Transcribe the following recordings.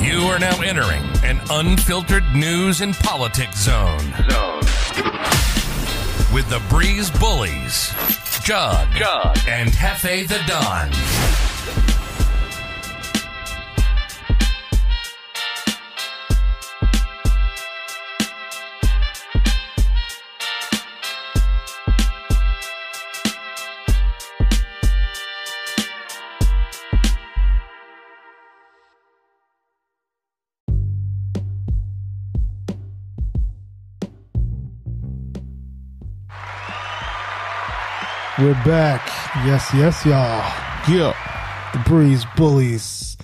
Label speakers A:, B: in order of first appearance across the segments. A: You are now entering an unfiltered news and politics zone. With the Breeze Bullies, Judd, Judd. and Hefe the Don.
B: We're back. Yes, yes, y'all. Yeah. The Breeze Bullies.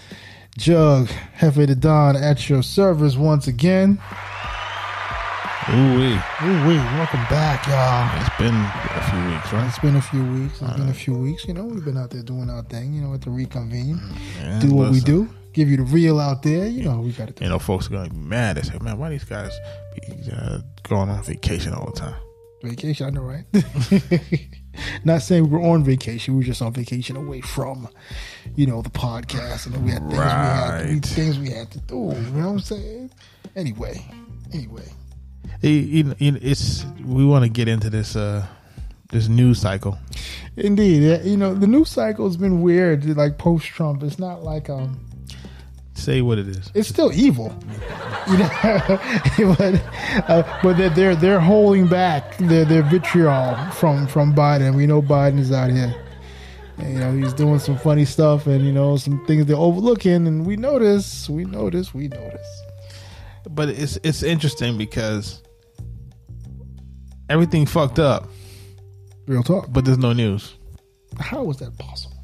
B: Jug, Hefe the Don at your service once again.
C: Ooh wee!
B: Ooh, wee. Welcome back, y'all.
C: It's been a few weeks, right?
B: It's been a few weeks. It's been a few weeks. You know, we've been out there doing our thing. You know, at the reconvene,
C: Man,
B: do what we
C: listen.
B: do, give you the real out there. You know, we got to do.
C: You know, folks are gonna be mad. They say, "Man, why these guys be uh, going on vacation all the time?"
B: Vacation, I know, right? Not saying we were on vacation, we were just on vacation away from, you know, the podcast, and then we had things we had to, we, things we
C: Right.
B: had to do. You know what I'm saying? Anyway, anyway,
C: You- you- you- It's we want to get into this uh this news cycle.
B: indeed, yeah, you know, the news cycle has been weird. Like post Trump, it's not like um,
C: Say what it is.
B: it's still evil, you know. but uh, but they're, they're they're holding back their their vitriol from from Biden. We know Biden is out here. And, you know he's doing some funny stuff, and you know some things they're overlooking, and we notice, we notice, we notice.
C: But it's it's interesting because everything fucked up,
B: Real talk.
C: but there's no news.
B: How was that possible?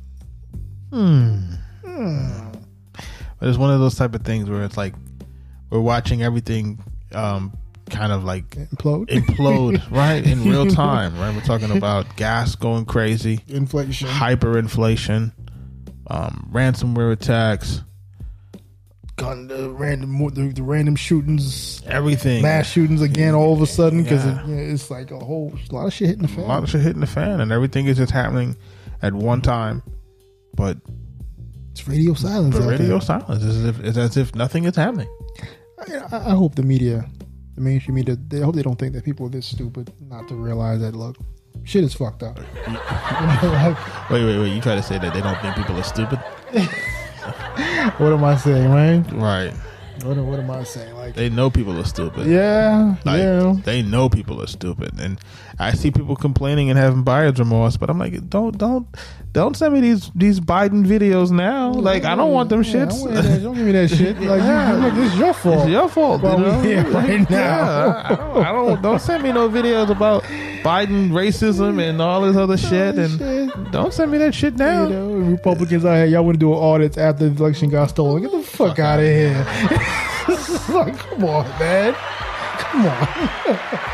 C: But it's one of those type of things where it's like we're watching everything um kind of like
B: Implode,
C: implode right in real time right we're talking about gas going crazy
B: inflation,
C: hyperinflation, um, ransomware attacks,
B: gun, the random, the, the random shootings,
C: everything.
B: mass shootings again all of a sudden because
C: Yeah.
B: it, you know, it's like a whole a lot of shit hitting the
C: A
B: fan.
C: lot of shit hitting the fan, and everything is just happening at one time. But
B: It's radio silence.
C: the
B: out
C: radio
B: there.
C: silence is as if, it's as if nothing is happening.
B: I, I hope the media, the mainstream media, they I hope they don't think that people are this stupid not to realize that look, shit is fucked up.
C: Wait, wait, wait! You try to say that they don't think people are stupid,
B: what am I saying, man?
C: right?
B: What, am- what am I saying? Like,
C: They know people are stupid.
B: yeah,
C: Like,
B: yeah.
C: They know people are stupid, and I see people complaining and having buyer's remorse. But I'm like, don't, don't, don't send me these these Biden videos now. Like, I don't want them
B: Yeah,
C: shits.
B: don't, give me that- don't give me that shit. Like, you, look, this is your fault.
C: It's your fault.
B: Well,
C: you know?
B: we here right
C: Like,
B: now.
C: yeah, I don't, I don't. Don't send me no videos about Biden racism and all this other shit. And
B: Oh, Shit.
C: don't send me that shit
B: You
C: now.
B: know, Republicans out here, y'all want to do audits after the election got stolen. Get the fuck out of here. It's like, come on, man. Come on.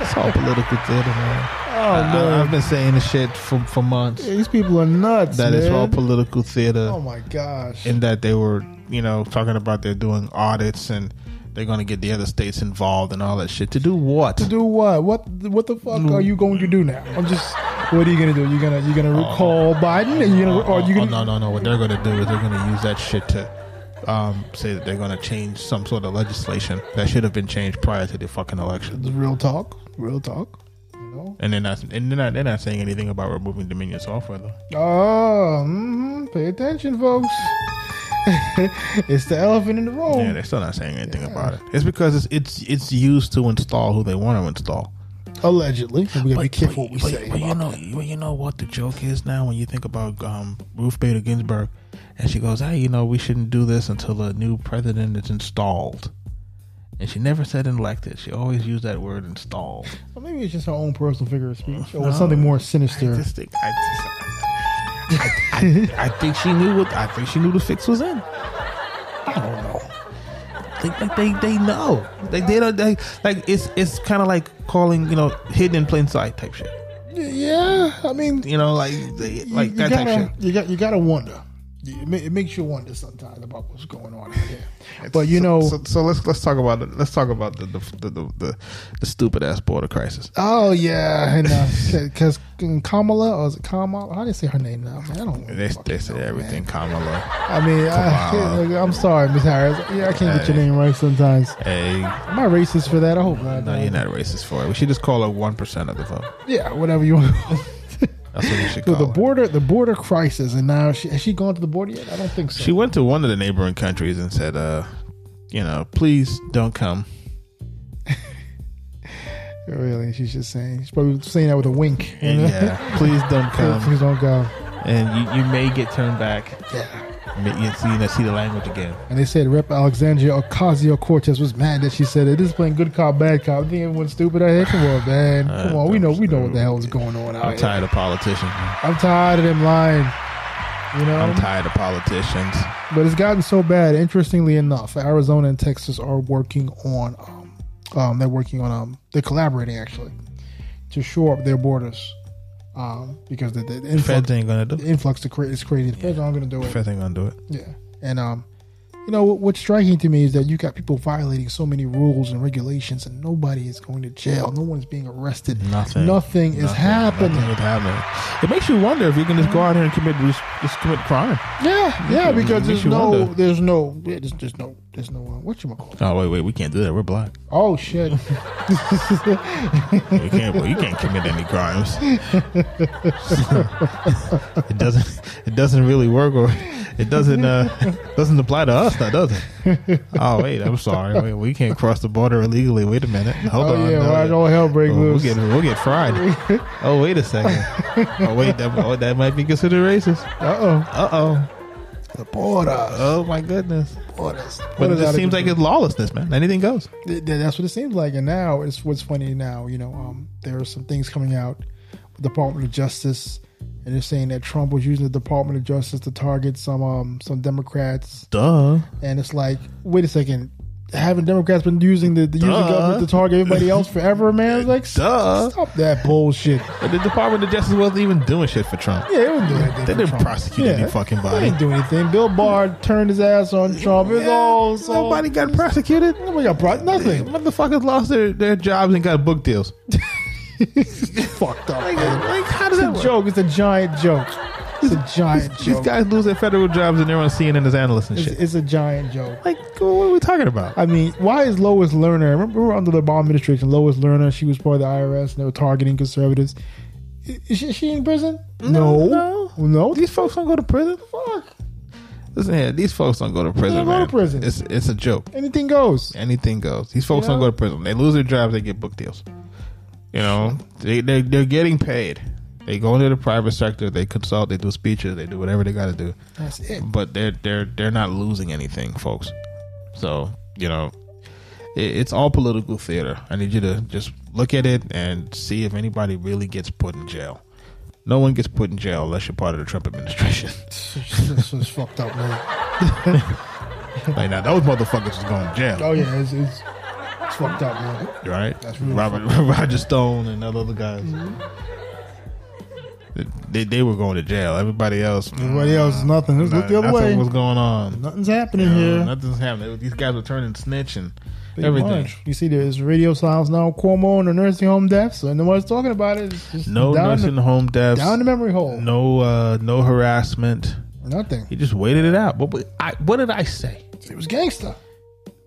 C: It's all political theater, man.
B: Oh,
C: I,
B: no.
C: have been saying this shit for for months.
B: These people are nuts.
C: That
B: man.
C: it's all political theater,
B: Oh, my gosh.
C: and that they were, you know, talking about they're doing audits and they're going to get the other states involved and all that shit. To do what?
B: to do what? What what the fuck are you going to do now? I'm just. What are you gonna do? You gonna you gonna recall Biden? And you gonna
C: Oh,
B: or you
C: oh,
B: gonna?
C: no, no, no. What they're going to do is they're going to use that shit to um, say that they're going to change some sort of legislation that should have been changed prior to the fucking election.
B: It's real talk, real talk. You know.
C: And they're not, and they're not, they're not saying anything about removing Dominion software though.
B: Oh, hmm pay attention, folks. it's the elephant in the room.
C: Yeah, they're still not saying anything about it. It's because it's it's it's used to install who they want to install.
B: Allegedly, we gotta be careful what we
C: but-
B: say.
C: but you
B: about
C: know,
B: that.
C: but you know what the joke is now when you think about um, Ruth Bader Ginsburg, and she goes, "Hey, you know, we shouldn't do this until a new president is installed." And she never said elected. She always used that word installed.
B: Or maybe it's just her own personal figure of speech, or something more sinister.
C: I just think, I, just- I- I- I think she knew what I think she knew the fix was in.
B: I don't know.
C: Like, like they they know. Like they don't they like it's it's kind of like calling you know hidden in plain sight type shit.
B: Yeah, I mean,
C: You know like they, like
B: you
C: that
B: gotta,
C: type shit.
B: You got you gotta wonder. it, ma- it makes you wonder sometimes about what's going on out there. But you know,
C: so, so, so let's let's talk about it. Let's talk about the the the, the, the, the stupid ass border crisis.
B: oh yeah, and because Kamala or is it Kamala? How do you say her name now? Man, I don't.
C: They they say everything, Kamala.
B: I mean, I,
C: Kamala.
B: I'm sorry, Miss Harris. Yeah, I can't get your
C: Hey.
B: name right sometimes.
C: Hey,
B: Am I racist for that? I hope not.
C: no, you're not racist for it. We should just call her one percent of the vote.
B: Yeah, whatever you want.
C: That's what we should
B: So
C: call
B: the
C: her.
B: border, the border crisis, and now she has she gone to the border yet? I don't think so.
C: She went to one of the neighboring countries and said, uh, you know, please don't come.
B: really, she's just saying she's probably saying that with a wink. you
C: And
B: know?
C: yeah, Um, please don't come.
B: Please don't go.
C: And you, you may get turned back.
B: Yeah.
C: Ma- You see, you see the language again.
B: And they said Rep. Alexandria Ocasio Cortez was mad that she said it is playing good cop, bad cop. I think everyone's stupid out here. Come on, man.
C: Uh,
B: Come on, we know we know what the hell is going on out
C: I'm
B: here.
C: tired of politicians.
B: I'm tired of them lying. You know,
C: I'm tired of politicians.
B: but it's gotten so bad. Interestingly enough, Arizona and Texas are working on, um, um, they're working on, um, they're collaborating actually to shore up their borders, um, because the, the
C: Feds
B: influx,
C: ain't gonna do.
B: the
C: It.
B: influx to create is crazy. The feds aren't going to do it.
C: Feds ain't gonna do it.
B: Yeah, and um, you know what, what's striking to me is that you got people violating so many rules and regulations, and nobody is going to jail. No one's being arrested.
C: Nothing.
B: Nothing is happening.
C: Nothing is happening. It makes you wonder if you can just go out here and commit just, just commit crime.
B: Yeah, yeah,
C: you-
B: because
C: makes
B: there's
C: you
B: no,
C: wonder.
B: there's no, yeah, there's, there's no, there's no. Uh, what you call?
C: Oh wait, wait, we can't do that. We're black.
B: Oh shit.
C: We can't. well, you can't commit any crimes. it doesn't. It doesn't really work, or it doesn't. Uh, doesn't apply to us, now, does it? Oh wait, I'm sorry. Wait, we can't cross the border illegally. Wait a minute. Hold
B: Oh,
C: on.
B: yeah,
C: no,
B: why don't hell break
C: Oh, we'll
B: loose?
C: get we'll get fried. Oh wait a second. Oh wait, that oh, that might be considered racist.
B: Uh oh.
C: Uh oh.
B: The border.
C: Oh my goodness.
B: Borders.
C: But it just seems like it's lawlessness, man. Anything goes.
B: Th- th- that's what it seems like. And now it's what's funny now, you know, um, there are some things coming out with Department of Justice and they're saying that Trump was using the Department of Justice to target some um some Democrats
C: Duh.
B: and it's like, wait a second, haven't Democrats been using the, the using
C: Duh.
B: government to target everybody else forever, man? It's like
C: Duh.
B: stop that bullshit.
C: But the Department of Justice wasn't even doing shit for Trump.
B: Yeah, they didn't do anything.
C: They
B: for
C: didn't
B: Trump.
C: prosecute any fucking
B: They
C: body.
B: didn't do anything. Bill Barr turned his ass on Trump. It's all so,
C: Nobody got prosecuted.
B: nobody got brought
C: Hey,
B: nothing.
C: motherfuckers lost their, their jobs and got book deals.
B: Fucked up.
C: Like,
B: man.
C: like, how does
B: It's
C: that
B: a
C: work?
B: joke. It's a giant joke. It's a giant
C: These
B: joke.
C: guys lose their federal jobs and they're on CNN as analysts and
B: It's,
C: shit.
B: it's a giant joke.
C: like, what are we talking about?
B: I mean, why is Lois Lerner? Remember, we were under the Obama administration. Lois Lerner, she was part of the IRS, and they were targeting conservatives. I- Is she, is she in prison? No,
C: no.
B: no.
C: These folks don't go to prison.
B: Fuck.
C: Listen here, these folks don't go to prison.
B: don't go to
C: man.
B: prison.
C: It's it's a joke.
B: Anything goes.
C: Anything goes. These folks
B: You
C: don't
B: know?
C: go to prison. They lose their jobs. They get book deals. You know, they they they're getting paid. They go into the private sector. They consult. They do speeches. They do whatever they got to do.
B: That's it.
C: But they're they're they're not losing anything, folks. So you know, it, it's all political theater. I need you to just look at it and see if anybody really gets put in jail. No one gets put in jail unless you're part of the Trump administration.
B: this was fucked up, man.
C: like now, those motherfuckers is going to jail.
B: Oh yeah, it's, it's, it's fucked up, man.
C: right?
B: That's really
C: Robert Roger Stone and all the other guys. They, they were going to jail. Everybody else,
B: Everybody else is nothing. Let's look the other
C: nothing
B: way.
C: was going on. Uh,
B: Nothing's happening here.
C: Nothing's happening. These guys were turning snitch and
B: Pretty
C: everything.
B: much. You see, there's radio silence now. Cuomo and the nursing home deaths, and nobody's talking about it. It's just
C: No
B: down
C: nursing home
B: the,
C: deaths.
B: down the memory hole.
C: no uh, no harassment.
B: Nothing.
C: He just waited it out. What, what- I, what did I say?
B: He was gangster.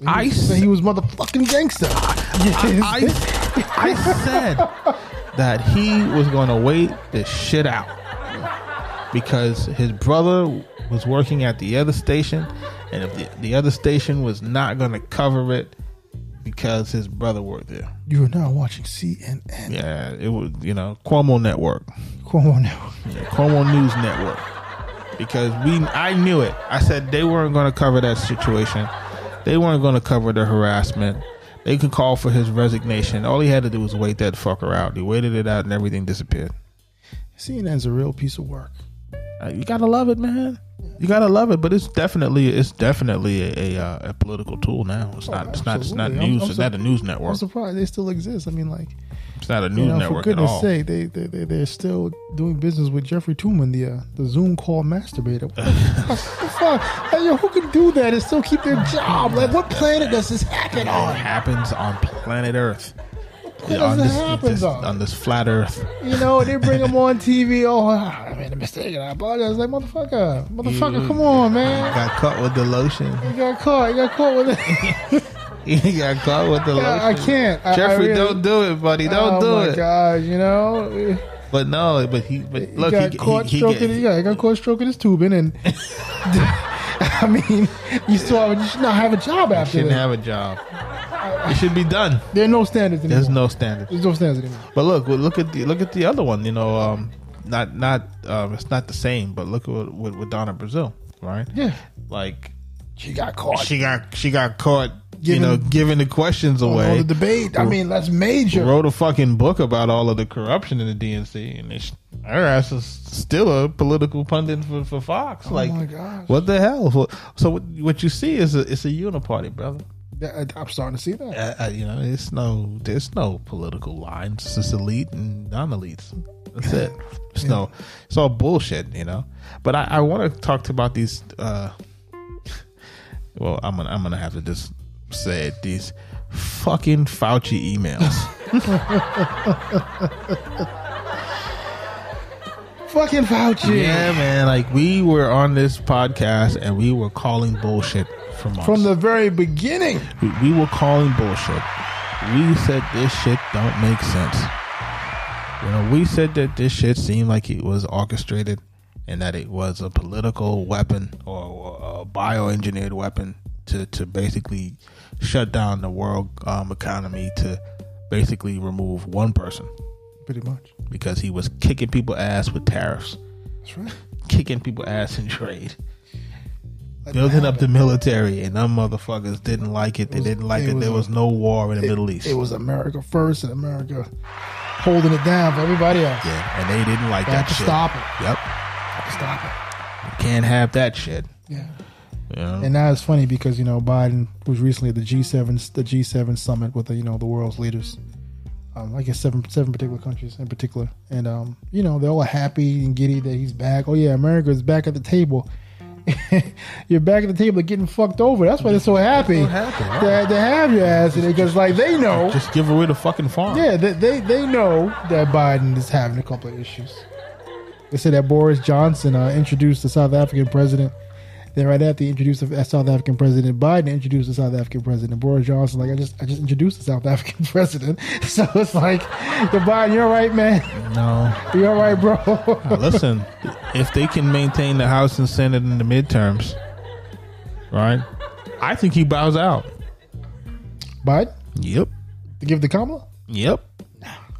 C: I
B: So he was motherfucking gangster.
C: I, I said that he was going to wait this shit out because his brother was working at the other station, and if the, the other station was not going to cover it because his brother worked there.
B: you are now watching CNN.
C: Yeah, it was, you know, Cuomo Network,
B: Cuomo now.
C: yeah, Cuomo News Network. Because we, I knew it. I said they weren't going to cover that situation. They weren't going to cover the harassment. They could call for his resignation. All he had to do was wait that fucker out. He waited it out, and everything disappeared.
B: CNN's a real piece of work.
C: Uh, you gotta love it, man. You gotta love it, but it's definitely it's definitely a a, uh, a political tool now. It's not it's not it's not
B: absolutely. I'm-
C: news.
B: I'm
C: it's not a news network.
B: I'm surprised they still exist. I mean, like,
C: It's not a news
B: You know, for
C: network at
B: goodness
C: all.
B: sake, they, they, they, they're still doing business with Jeffrey Tooman, the, uh, the Zoom call masturbator. What the fuck? Like, yo, who can do that and still keep their job? Like, what planet does this happen
C: It
B: on?
C: happens on planet Earth.
B: does
C: on,
B: it
C: this,
B: happen,
C: this-
B: though?
C: on this flat Earth.
B: You know, they bring him on TV. Oh, I made a mistake. and I apologize. Like, motherfucker, motherfucker,
C: You-
B: come on, man.
C: Got caught with the lotion.
B: You got caught. You got caught with it.
C: He got caught with the lotion.
B: I, I can't. I, I
C: Jeffrey,
B: really-
C: don't do it, buddy. Don't
B: oh
C: do
B: my
C: it.
B: gosh, you know.
C: But no, but he, but
B: He
C: look,
B: got
C: he,
B: caught
C: he, he
B: stroking.
C: get-
B: He, got, he got caught stroking his tubing, and I mean, you saw you should not have a job after
C: shouldn't
B: that.
C: have a job. It should be done.
B: there are no standards anymore.
C: There's
B: There's no,
C: no standard.
B: standards anymore.
C: But look, well, look at the look at the other one. You know, um, not not um, it's not the same. But look at what, what, what Donna Brazil, right?
B: Yeah,
C: Like
B: she got caught.
C: she got she got caught, you
B: Giving-
C: know, giving the questions
B: on
C: away.
B: the debate. I mean, that's major.
C: wrote a fucking book about all of the corruption in the DNC, and it's, her ass is still a political pundit for, for Fox. like,
B: Oh my gosh.
C: what the hell? So- So what, what you see is a, it's a uniparty, brother.
B: That- I- I'm starting to see that.
C: Uh, uh, you know, it's no there's no political lines. It's just elite and non-elites. That's it. It's no, it's all bullshit. You know. But I, I want to talk about these. Uh, well, I'm gonna I'm gonna have to just say it. These fucking Fauci emails.
B: Fucking Fauci
C: Yeah, man. Like we were on this podcast and we were calling bullshit for months.
B: from the very beginning.
C: we, we were calling bullshit. We said this shit don't make sense. You know, we said that this shit seemed like it was orchestrated and that it was a political weapon or a bioengineered weapon to, to basically shut down the world um, economy to basically remove one person
B: Pretty much.
C: because he was kicking people ass with tariffs,
B: That's right.
C: kicking people ass in trade.
B: Let
C: building
B: it
C: up the military, and them motherfuckers didn't like it. They didn't like
B: it
C: it.
B: was
C: there
B: a-
C: was no war in the Middle
B: happen.
C: East.
B: It was America first, and America holding it down for everybody else.
C: yeah, and they didn't like
B: Got
C: that
B: to
C: shit.
B: stop it.
C: Yep,
B: Got to stop it.
C: can't have that shit.
B: Yeah.
C: You know?
B: And now it's funny because you know Biden was recently at the G7 the G7 summit with the, you know the world's leaders, um, I guess seven seven particular countries in particular, and um, you know they're all happy and giddy that he's back. Oh yeah, America's back at the table. You're back at the table getting fucked over. That's why they're so happy.
C: so happy, right.
B: that- to have your ass in it because like they know,
C: Just give away the fucking farm.
B: yeah, they, they they know that Biden is having a couple of issues. They say that Boris Johnson uh, introduced the South African president. Then right after he introduced the uh, South African president, Biden introduced the South African president. Boris Johnson, like I just I just introduced the South African president. So it's like, the Biden, you're right, man.
C: No,
B: You're right, bro.
C: listen. If they can maintain the House and Senate in the midterms, right? I think he bows out.
B: Biden,
C: Yep.
B: to give the Kamala.
C: Yep.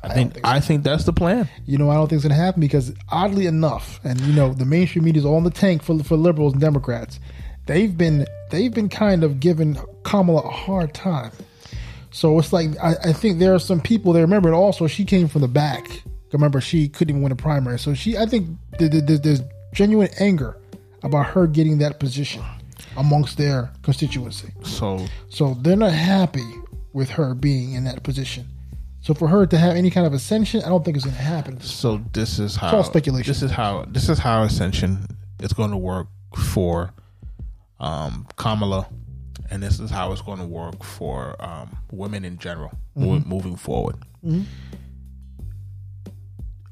C: I think I think that's the plan.
B: You know, I don't think it's going to happen because, oddly enough, and you know, the mainstream media is all in the tank for for liberals and Democrats. They've been they've been kind of giving Kamala a hard time. So it's like I, I think there are some people that remember. And also, she came from the back. Remember, she couldn't even win a primary. So she, I think, th- th- th- there's genuine anger about her getting that position amongst their constituency.
C: So
B: So they're not happy with her being in that position. So for her to have any kind of ascension, I don't think it's going to happen.
C: So this is how
B: all speculation.
C: This is how this is how Ascension is going to work for um, Kamala, and this is how it's going to work for um, women in general mo- moving forward.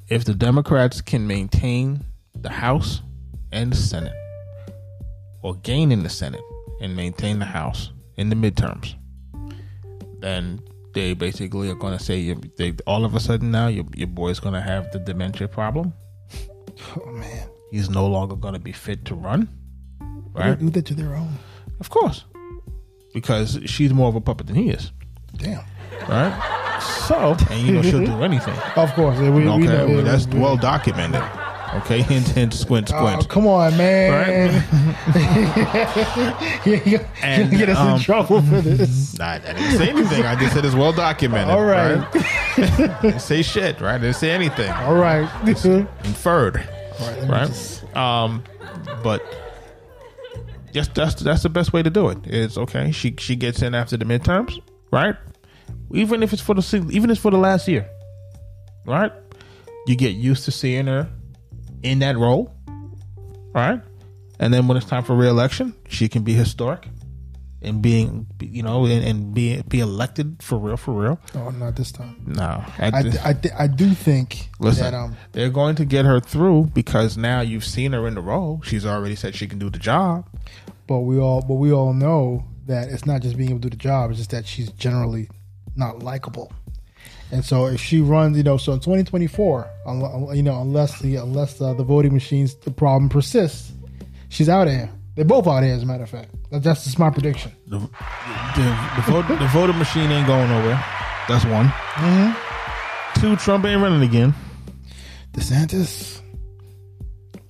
C: If the Democrats can maintain the House and the Senate, or gain in the Senate and maintain the House in the midterms, then they basically are going to say you- they, all of a sudden now your, your boy's going to have the dementia problem.
B: Oh man,
C: He's no longer going to be fit to run,
B: they
C: right?
B: do that to their own.
C: Of course, because she's more of a puppet than he is,
B: Damn.
C: right? So, and you know she'll do anything.
B: Of course, we, we
C: Okay,
B: know-
C: well, that's
B: we-
C: well documented. Okay, hint, hint, squint,
B: Oh,
C: squint.
B: come on, man. you you
C: And,
B: get us
C: um,
B: in trouble for this.
C: I, I didn't say anything. I just said it's well documented.
B: All right.
C: I didn't say shit, right? I didn't say anything.
B: All right.
C: Inferred.
B: let me
C: right?
B: just-
C: Um, but just that's that's the best way to do it. Is okay. She she gets in after the midterms, right? Even if it's for the sing- even if it's for the last year, right? You get used to seeing her in that role, right? And then when it's time for reelection, she can be historic and being, you know, and, and be be elected for real, for real.
B: Oh, not this time.
C: No,
B: I, d- I, d- I do think
C: Listen,
B: that um,
C: they're going to get her through because now you've seen her in the role. She's already said she can do the job.
B: but we all but we all know that it's not just being able to do the job it's just that she's generally not likable and so if she runs you know so in 2024 unle- you know unless the unless uh, the voting machines the problem persists she's out of here they're both out of here as a matter of fact That- that's just my prediction
C: The the, the, vote, the voting machine ain't going nowhere. That's one.
B: Mm-hmm.
C: Two, Trump ain't running again.
B: desantis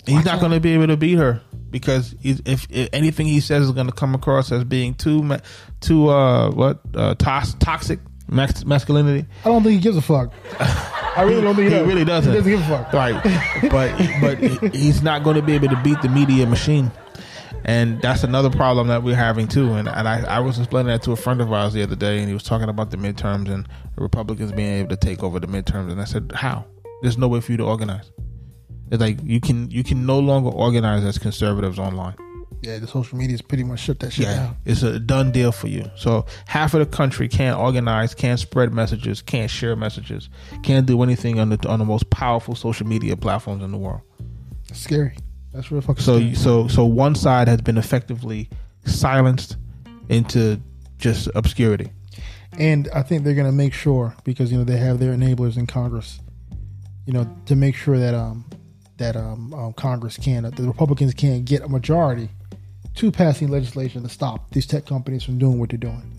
C: He's not going to be able to beat her because he's, if, if anything he says is going to come across as being too ma- too uh what uh, tos- toxic max- masculinity.
B: i don't think he gives a fuck i really don't think he,
C: He
B: does.
C: really doesn't.
B: he doesn't give a fuck
C: Right, but but he's not going to be able to beat the media machine, and that's another problem that we're having too. And and I, I was explaining that to a friend of ours the other day, and he was talking about the midterms and the Republicans being able to take over the midterms, and I said, how? There's no way for you to organize. It's like you can you can no longer organize as conservatives online.
B: yeah the social media's pretty much shut that shit down
C: It's a done deal for you. So half of the country can't organize, can't spread messages, can't share messages, can't do anything on the on the most powerful social media platforms in the world.
B: it's scary that's real fucking
C: So
B: scary.
C: you- so so one side has been effectively silenced into just obscurity.
B: and I think they're going to make sure because you know they have their enablers in Congress, you know, to make sure that um that um, um Congress can that the Republicans can't get a majority to passing legislation to stop these tech companies from doing what they're doing.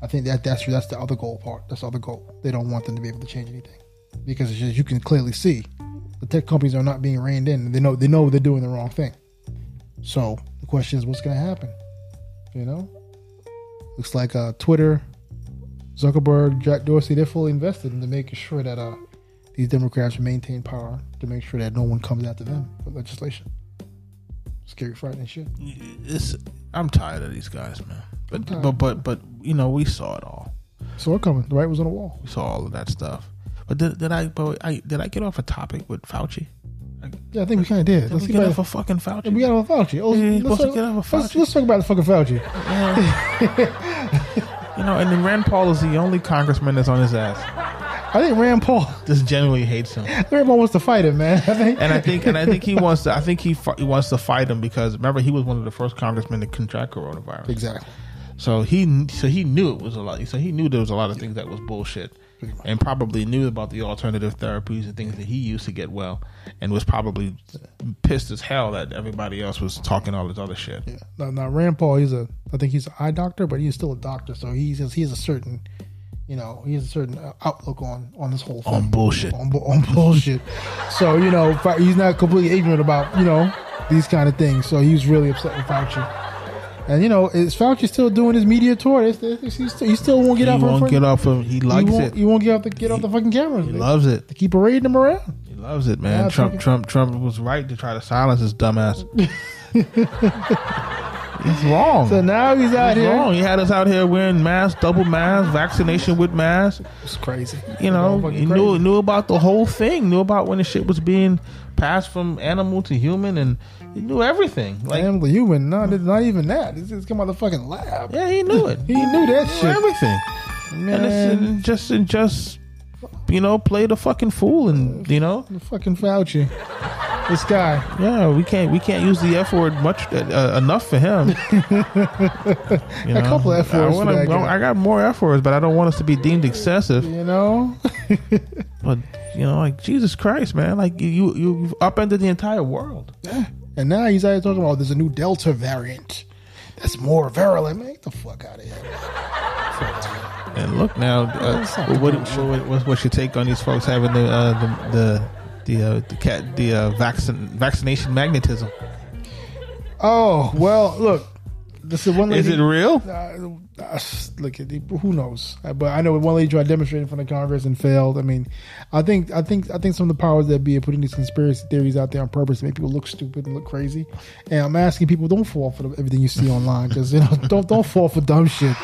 B: I think that that's that's the other goal part. That's the other goal. They don't want them to be able to change anything because it's just, you can clearly see the tech companies are not being reined in. They know they know they're doing the wrong thing. So the question is, what's going to happen? You know, looks like uh, Twitter, Zuckerberg, Jack Dorsey, they're fully invested into making sure that uh, these Democrats maintain power to make sure that no one comes after them for legislation. Scary, frightening shit.
C: It's, I'm tired of these guys, man. But but but but you know we saw it all.
B: So we're coming. The right was on the wall.
C: We saw all of that stuff. But did, did I but I did I get off a topic with Fauci?
B: Yeah, I think we kind of did.
C: Did
B: Let's
C: we
B: see
C: get
B: about
C: off a fucking Fauci?
B: we got on Fauci. Oh,
C: Yeah, you're
B: let's,
C: supposed to
B: talk,
C: get off of
B: Let's,
C: Fauci.
B: let's talk about the fucking Fauci.
C: You know, and then Rand Paul is the only congressman that's on his ass.
B: I think Rand Paul.
C: Just generally hates him,
B: Rand Paul wants to fight him, man. I think.
C: and I think, and I think he wants to. I think he, fi- he wants to fight him because remember he was one of the first congressmen to contract coronavirus.
B: exactly.
C: So he, so he knew it was a lot. So he knew there was a lot of things that was bullshit, and probably knew about the alternative therapies and things that he used to get well, and was probably pissed as hell that everybody else was talking all this other shit.
B: Yeah. Now, now Rand Paul, he's a, I think he's an eye doctor, but he's still a doctor, so he's he has a certain, you know, he has a certain uh, outlook on on this whole thing.
C: On bullshit.
B: on, bu- on bullshit. So you know, Fa- he's not completely ignorant about you know these kind of things. So he was really upset with Fauci. And you know, is Fauci still doing his media tour? It's, it's, he's still, he still won't get
C: He
B: out.
C: won't get off of. He
B: He
C: likes
B: won't,
C: it.
B: he won't get off the get off the fucking cameras.
C: He
B: They-
C: loves it.
B: they keep parading him around.
C: He loves it, man.
B: Yeah,
C: Trump,
B: fucking-
C: Trump, Trump was right to try to silence his dumbass. He's wrong.
B: So now he's out
C: He's
B: here.
C: wrong. He had us out here wearing masks, double masks, vaccination with masks.
B: It's crazy.
C: You know, he knew knew about the whole thing. Knew about when the shit was being passed from animal to human, and he knew everything.
B: I
C: Like,
B: am the human. No, it's not even that. It's, it's come out of the fucking lab.
C: yeah, he knew it.
B: He knew that
C: He knew
B: shit.
C: everything. And, it's,
B: Man,
C: and just, and just, you know, play the fucking fool, and you know,
B: the fucking Fauci. This guy.
C: Yeah, we can't we can't use the F word much uh, enough for him. You know?
B: couple F
C: I,
B: words
C: wanna-
B: for that guy.
C: I got more F words, but I don't want us to be deemed excessive.
B: You know,
C: But you know, like Jesus Christ, man, like you you you've upended the entire world.
B: and now he's out here talking about "Oh, there's a new Delta variant that's more virulent. Man, get the fuck out of here.
C: And look now, uh,
B: That's not
C: what, what, what what's your take on these folks having the uh, the the the, uh, the cat the uh, vaccine vaccination magnetism?
B: Oh well, look, this is one
C: Is
B: lady.
C: it real?
B: uh, uh, look at the, who knows, Uh, but I know one lady tried demonstrating in front of Congress and failed. I mean, I think I think I think some of the powers that be are putting these conspiracy theories out there on purpose to make people look stupid and look crazy. And I'm asking people, don't fall for the, everything you see online, because you know, don't don't fall for dumb shit.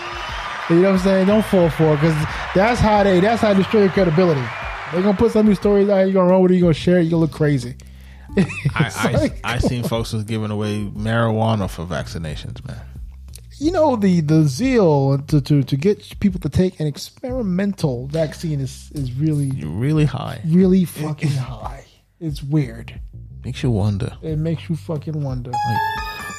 B: You know what I'm saying? Don't fall for it, because that's how they that's how they destroy your credibility. They're gonna put some new stories out. You're gonna run with it. You're gonna share it. You're gonna look crazy.
C: I, I, I seen folks was giving away marijuana for vaccinations, man.
B: You know the the zeal to, to, to get people to take an experimental vaccine is is really
C: You're really high.
B: really fucking high. It's weird.
C: Makes you wonder
B: It makes you fucking wonder.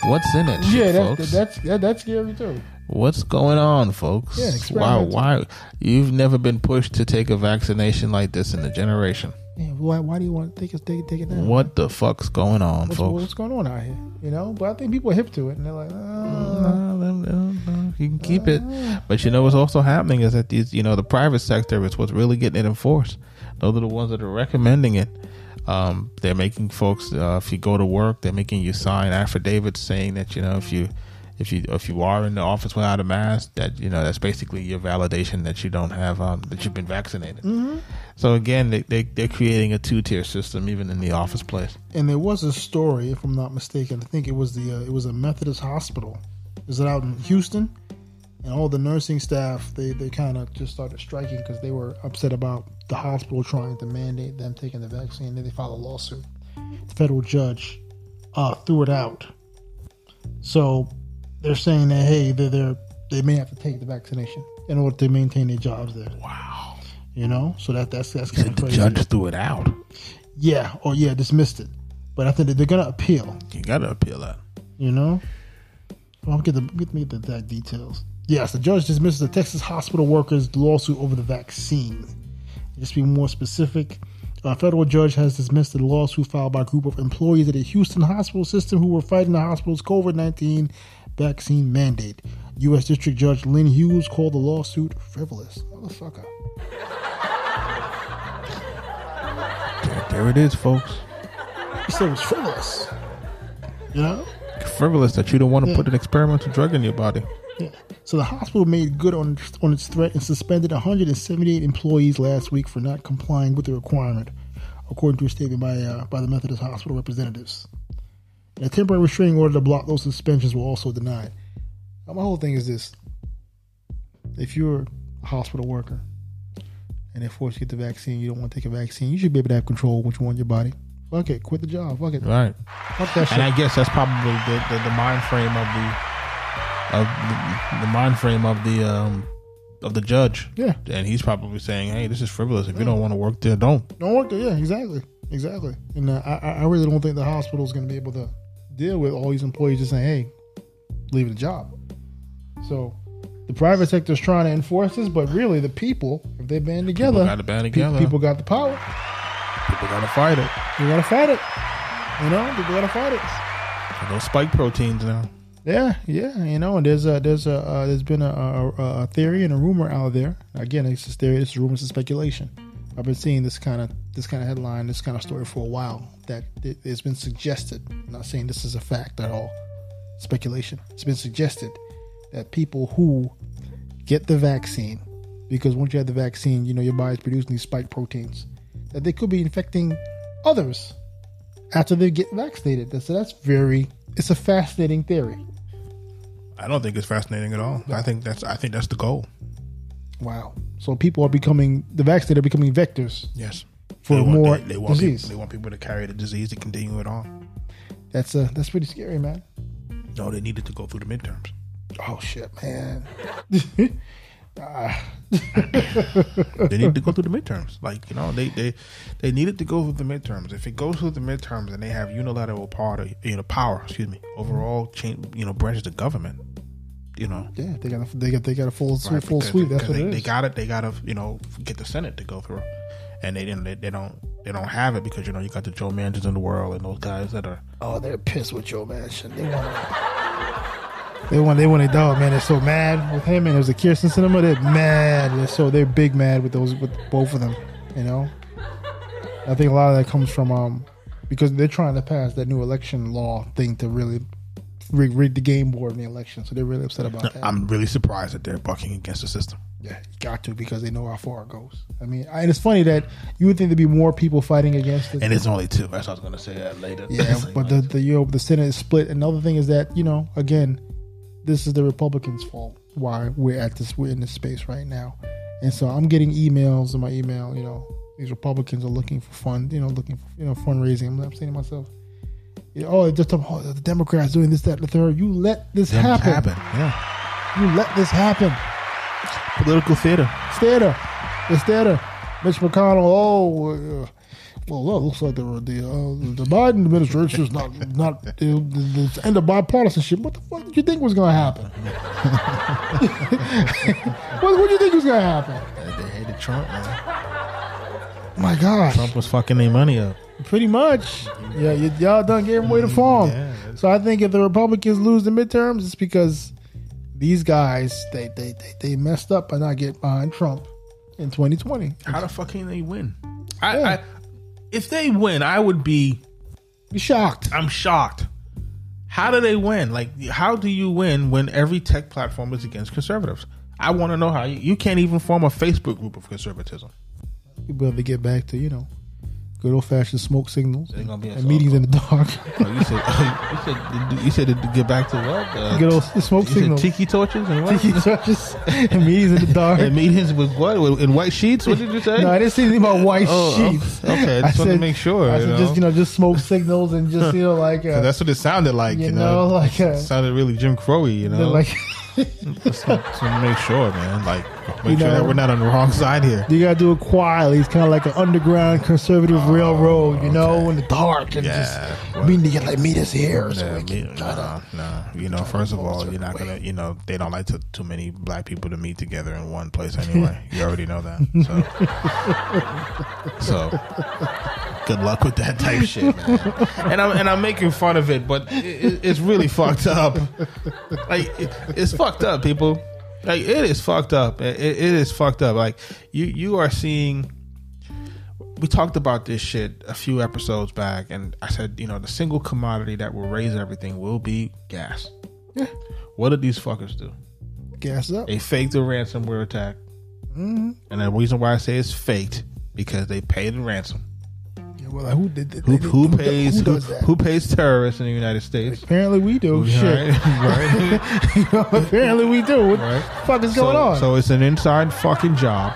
C: what's in it,
B: Yeah, that's
C: folks.
B: that's that, that's scary too.
C: what's going on, folks?
B: Yeah,
C: why?
B: experimental.
C: Why? You've never been pushed to take a vaccination like this in a generation.
B: Man, why why do you want to take it take, take it down?
C: What the fuck's going on,
B: What's,
C: folks?
B: what's going on out here? You know, but I think people are hip to it, and they're like, oh,
C: Uh, them- them- them. You can keep it, but you know what's also happening is that these, you know, the private sector is what's really getting it enforced. Those are the ones that are recommending it. Um, they're making folks, uh, if you go to work, they're making you sign affidavits saying that you know if you, if you, if you are in the office without a mask, that you know that's basically your validation that you don't have um, that you've been vaccinated. So again, they, they they're creating a two tier system even in the office place.
B: and there was a story, if I'm not mistaken. I think it was the uh, it was a Methodist hospital. Is it out in Houston? And all the nursing staff they they kind of just started striking because they were upset about the hospital trying to mandate them taking the vaccine. Then they filed a lawsuit. The federal judge uh, threw it out. So they're saying that hey, they they're, they may have to take the vaccination in order to maintain their jobs there.
C: Wow,
B: You know, so that that's that's kind of
C: the
B: crazy.
C: judge threw it out.
B: Yeah, or yeah, dismissed it. But I think that they're gonna appeal.
C: You gotta appeal that.
B: You know? Well, I'll get, the, get me the exact details. Yes, the judge dismisses the Texas hospital workers' lawsuit over the vaccine. Just to be more specific, a federal judge has dismissed the lawsuit filed by a group of employees at a Houston hospital system who were fighting the hospital's COVID 19 vaccine mandate. U.S. District Judge Lynn Hughes called the lawsuit frivolous. Motherfucker.
C: There, there it is, folks.
B: He said it was frivolous. You know?
C: Frivolous that you don't want to put an experimental drug in your body.
B: Yeah. So the hospital made good on on its threat and suspended 178 employees last week for not complying with the requirement, according to a statement by uh, by the Methodist Hospital representatives. And a temporary restraining order to block those suspensions were also denied. Now, my whole thing is this: if you're a hospital worker and they're forced to get the vaccine, you don't want to take a vaccine. You should be able to have control of what you want in your body. Fuck it, quit the job. Fuck it,
C: Right.
B: fuck that shit.
C: And I guess that's probably the, the, the mind frame of the of the, the mind frame of the um of the judge.
B: Yeah.
C: And he's probably saying, Hey, this is frivolous. If you don't want to work there, don't.
B: Don't work there. Yeah, exactly, exactly. And uh, I, I I really don't think the hospital is going to be able to deal with all these employees just saying, "Hey, leave the job." So, the private sector is trying to enforce this, but really, the people, if they band together,
C: gotta band
B: pe-
C: together.
B: people got the power.
C: People gotta fight it.
B: You got to fight it. You know, people got to fight it.
C: And Those spike proteins now.
B: Yeah, yeah, you know, and there's a there's a uh, there's been a, a, a a theory and a rumor out there. Again, it's just theory, it's rumors and speculation. I've been seeing this kind of this kind of headline, this kind of story for a while. That it, it's been suggested. I'm not saying this is a fact at all. Speculation. It's been suggested that people who get the vaccine, because once you have the vaccine, you know your body's producing these spike proteins, that they could be infecting others after they get vaccinated. That's- So that's very. It's a fascinating theory.
C: I don't think it's fascinating at all. I think that's I think that's the goal.
B: Wow. So people are becoming the vaccinated are becoming vectors.
C: Yes.
B: For
C: they want,
B: more
C: they, they want
B: disease.
C: People, they want people to carry the disease to continue it on.
B: That's uh that's pretty scary, man.
C: No, they needed to go through the midterms.
B: Oh shit, man.
C: they
B: Hmm.
C: need to go through the midterms. Like you know, they they they needed to go through the midterms. If it goes through the midterms and they have unilateral power, you know, power, excuse me, overall chain, you know, branches of government, you know,
B: Yeah, they got a, they got they got a full sweep,
C: right?
B: full
C: Because-
B: sweep. That's
C: because
B: what
C: they,
B: it
C: they
B: is.
C: got it. They got to you know get the Senate to go through, and they didn't. They, they don't. They don't have it because you know you got the Joe Manchin's in the world and those guys that are
B: oh, they're pissed with Joe Manchin. They want they want they want a dog, man. They're so mad with him and there's a Kirsten cinema. They're mad. They're so they're big mad with those with both of them. You know, I think a lot of that comes from um because they're trying to pass that new election law thing to really rig, rig the game board in the election. So they're really upset about that.
C: I'm really surprised that they're bucking against the system.
B: Yeah, you got to because they know how far it goes. I mean, I- and it's funny that you would think there'd be more people fighting against it.
C: And it's only two. That's what I was gonna say that later.
B: yeah, but the, the you know the Senate is split. Another thing is that you know again, this is the Republicans' fault why we're at this we're in this space right now, and so I'm getting emails in my email. You know, these Republicans are looking for fund, you know, looking for you know fundraising. I'm, I'm saying to myself, you know, oh, just oh, the Democrats doing this, that, and the third. You let this
C: Them
B: happen.
C: happen. Yeah.
B: You let this happen.
C: Political theater.
B: It's theater. It's theater. Mitch McConnell. Oh. Uh, well, that looks like the the, uh, the Biden administration is not not uh, the, the end of bipartisanship. What the fuck did you think was going to happen? what, what do you think was going to happen?
C: They hated Trump. Man.
B: My God,
C: Trump was fucking their money up.
B: Pretty much. Yeah, y- y'all done gave him way to farm.
C: Yeah.
B: So I think if the Republicans lose the midterms, it's because these guys they they they, they messed up by not getting behind Trump in 2020.
C: How the fuck can they win? I,
B: Yeah.
C: I if they win, I would be
B: Be shocked.
C: I'm shocked. How do they win? Like how do you win when every tech platform is against conservatives? I want to know how you, you can't even form a Facebook group of conservatism.
B: We better get back to you know good old fashioned smoke signals
C: Ain't
B: and,
C: gonna be a
B: and meetings in the dark.
C: Oh, you said you said you said to get back to what? Uh,
B: good old smoke
C: you said
B: signals.
C: tiki torches and what?
B: Tiki torches and meetings in the dark.
C: and meetings with what? With- In white sheets? What did you say?
B: No, I didn't say anything about white
C: Oh,
B: sheets.
C: okay. Okay, I just wanted to make sure,
B: I
C: you
B: said
C: know.
B: just you know just smoke signals and just you know like uh,
C: that's what it sounded like.
B: you, know, like uh,
C: It sounded really Jim Crowy. You know,
B: like.
C: so, so make sure, man. Like, make
B: You
C: sure that
B: know.
C: we're not on the wrong side here.
B: You gotta do it quietly. It's kind of like an underground conservative railroad, you know, in the dark and
C: Oh, Yeah, well-
B: just meeting to get like meet us here. So
C: Yeah,
B: we
C: me-
B: can try to-
C: no, no. You know, first of all, you're not gonna. You know, they don't like to, too many black people to meet together in one place anyway. you already know that. So, so good luck with that type shit, man. And I'm and I'm making fun of it, but it, it's really fucked up. Like it, it's fucked up, people. Like it is fucked up. It, it is fucked up. Like you you are seeing. We talked about this shit a few episodes back, and I said, you know, the single commodity that will raise everything will be gas. What did these fuckers do?
B: gas up.
C: They faked a ransomware attack.
B: Mm-hmm.
C: And the reason why I say it's faked because they paid the ransom.
B: Yeah, well, like, who did that?
C: Who,
B: They-
C: who
B: do-
C: pays
B: Who
C: who,
B: does that?
C: who pays terrorists in the United States?
B: Apparently we do.
C: Right,
B: Shit.
C: right.
B: Apparently we do. What
C: Right.
B: the fuck is
C: so,
B: going on? So,
C: so it's an inside fucking job,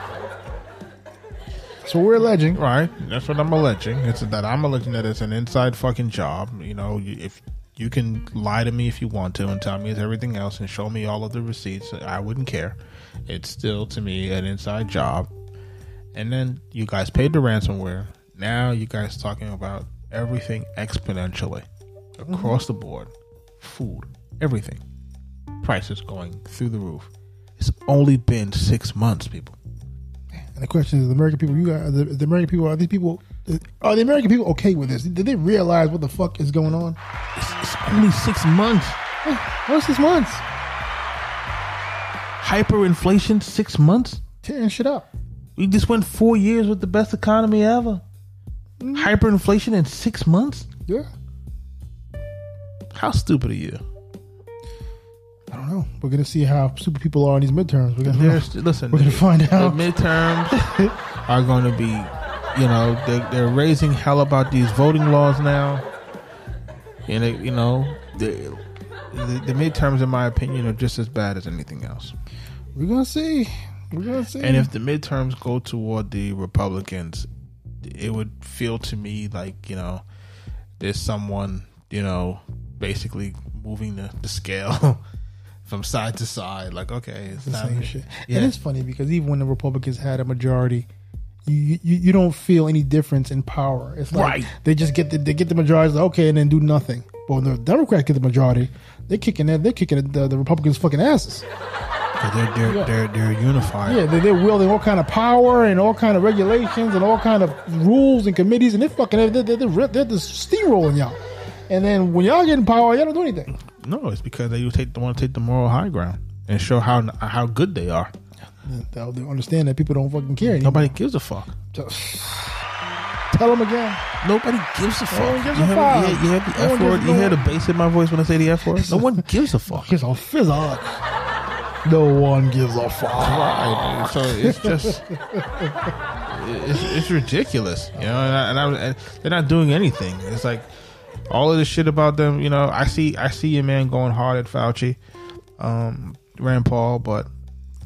B: we're alleging.
C: right? That's what I'm alleging. It's that I'm alleging that it's an inside fucking job. You know, you- if you can lie to me if you want to and tell me it's everything else and show me all of the receipts, I wouldn't care. It's still to me an inside job. And then you guys paid the ransomware. Now you guys talking about everything exponentially across the board. Food, everything. Prices going through the roof. It's only been six months, people.
B: And the question is, the American people, you guys, the, the American people, are these people, are the American people okay with this? Did they realize what the fuck is going on?
C: It's, it's only six months.
B: What's this months?
C: Hyperinflation, six months?
B: Tearing shit up.
C: We just went four years with the best economy ever. Hyperinflation in six months?
B: Yeah.
C: How stupid are you?
B: I don't know. We're gonna see how super people are in these midterms. We're gonna
C: There's, listen,
B: We're gonna find out.
C: The midterms are going to be, you know, they, they're raising hell about these voting laws now, and they, you know, the, the the midterms, in my opinion, are just as bad as anything else.
B: We're gonna see. We're gonna see.
C: And if the midterms go toward the Republicans, it would feel to me like you know, there's someone you know basically moving the, the scale. From side to side, like okay, it's
B: the
C: time-
B: same shit.
C: Yeah.
B: And it's funny because even when the Republicans had a majority, you you, you don't feel any difference in power. It's like
C: Right.
B: they just get the, they get the majority, like, okay, and then do nothing. But when the Democrats get the majority, they're kicking it. They're kicking the, the Republicans' fucking asses.
C: they're they're, they're they're unified.
B: Yeah, they, they're wielding all kind of power and all kind of regulations and all kind of rules and committees, and they're fucking they're they're, they're, they're just steamrolling y'all. And then when y'all get in power, y'all don't do anything.
C: No, it's because they take want to take the moral high ground and show how how good they are.
B: They'll, they'll understand that people don't fucking care anymore.
C: Nobody gives a fuck.
B: Tell them again.
C: Nobody gives a fuck.
B: one gives
C: you
B: a
C: hear,
B: fuck.
C: me? You, hear, you hear the
B: No
C: F
B: one
C: word.
B: gives
C: You
B: no-
C: hear the bass in my voice when I say the F word. No one gives a fuck.
B: Gives a fizz No one gives a fuck.
C: Right, so it's just it's, it's ridiculous, you know. And, I, and, I, and they're not doing anything. It's like all of this shit about them. You know, I see I see your man going hard at Fauci, um, Rand Paul, but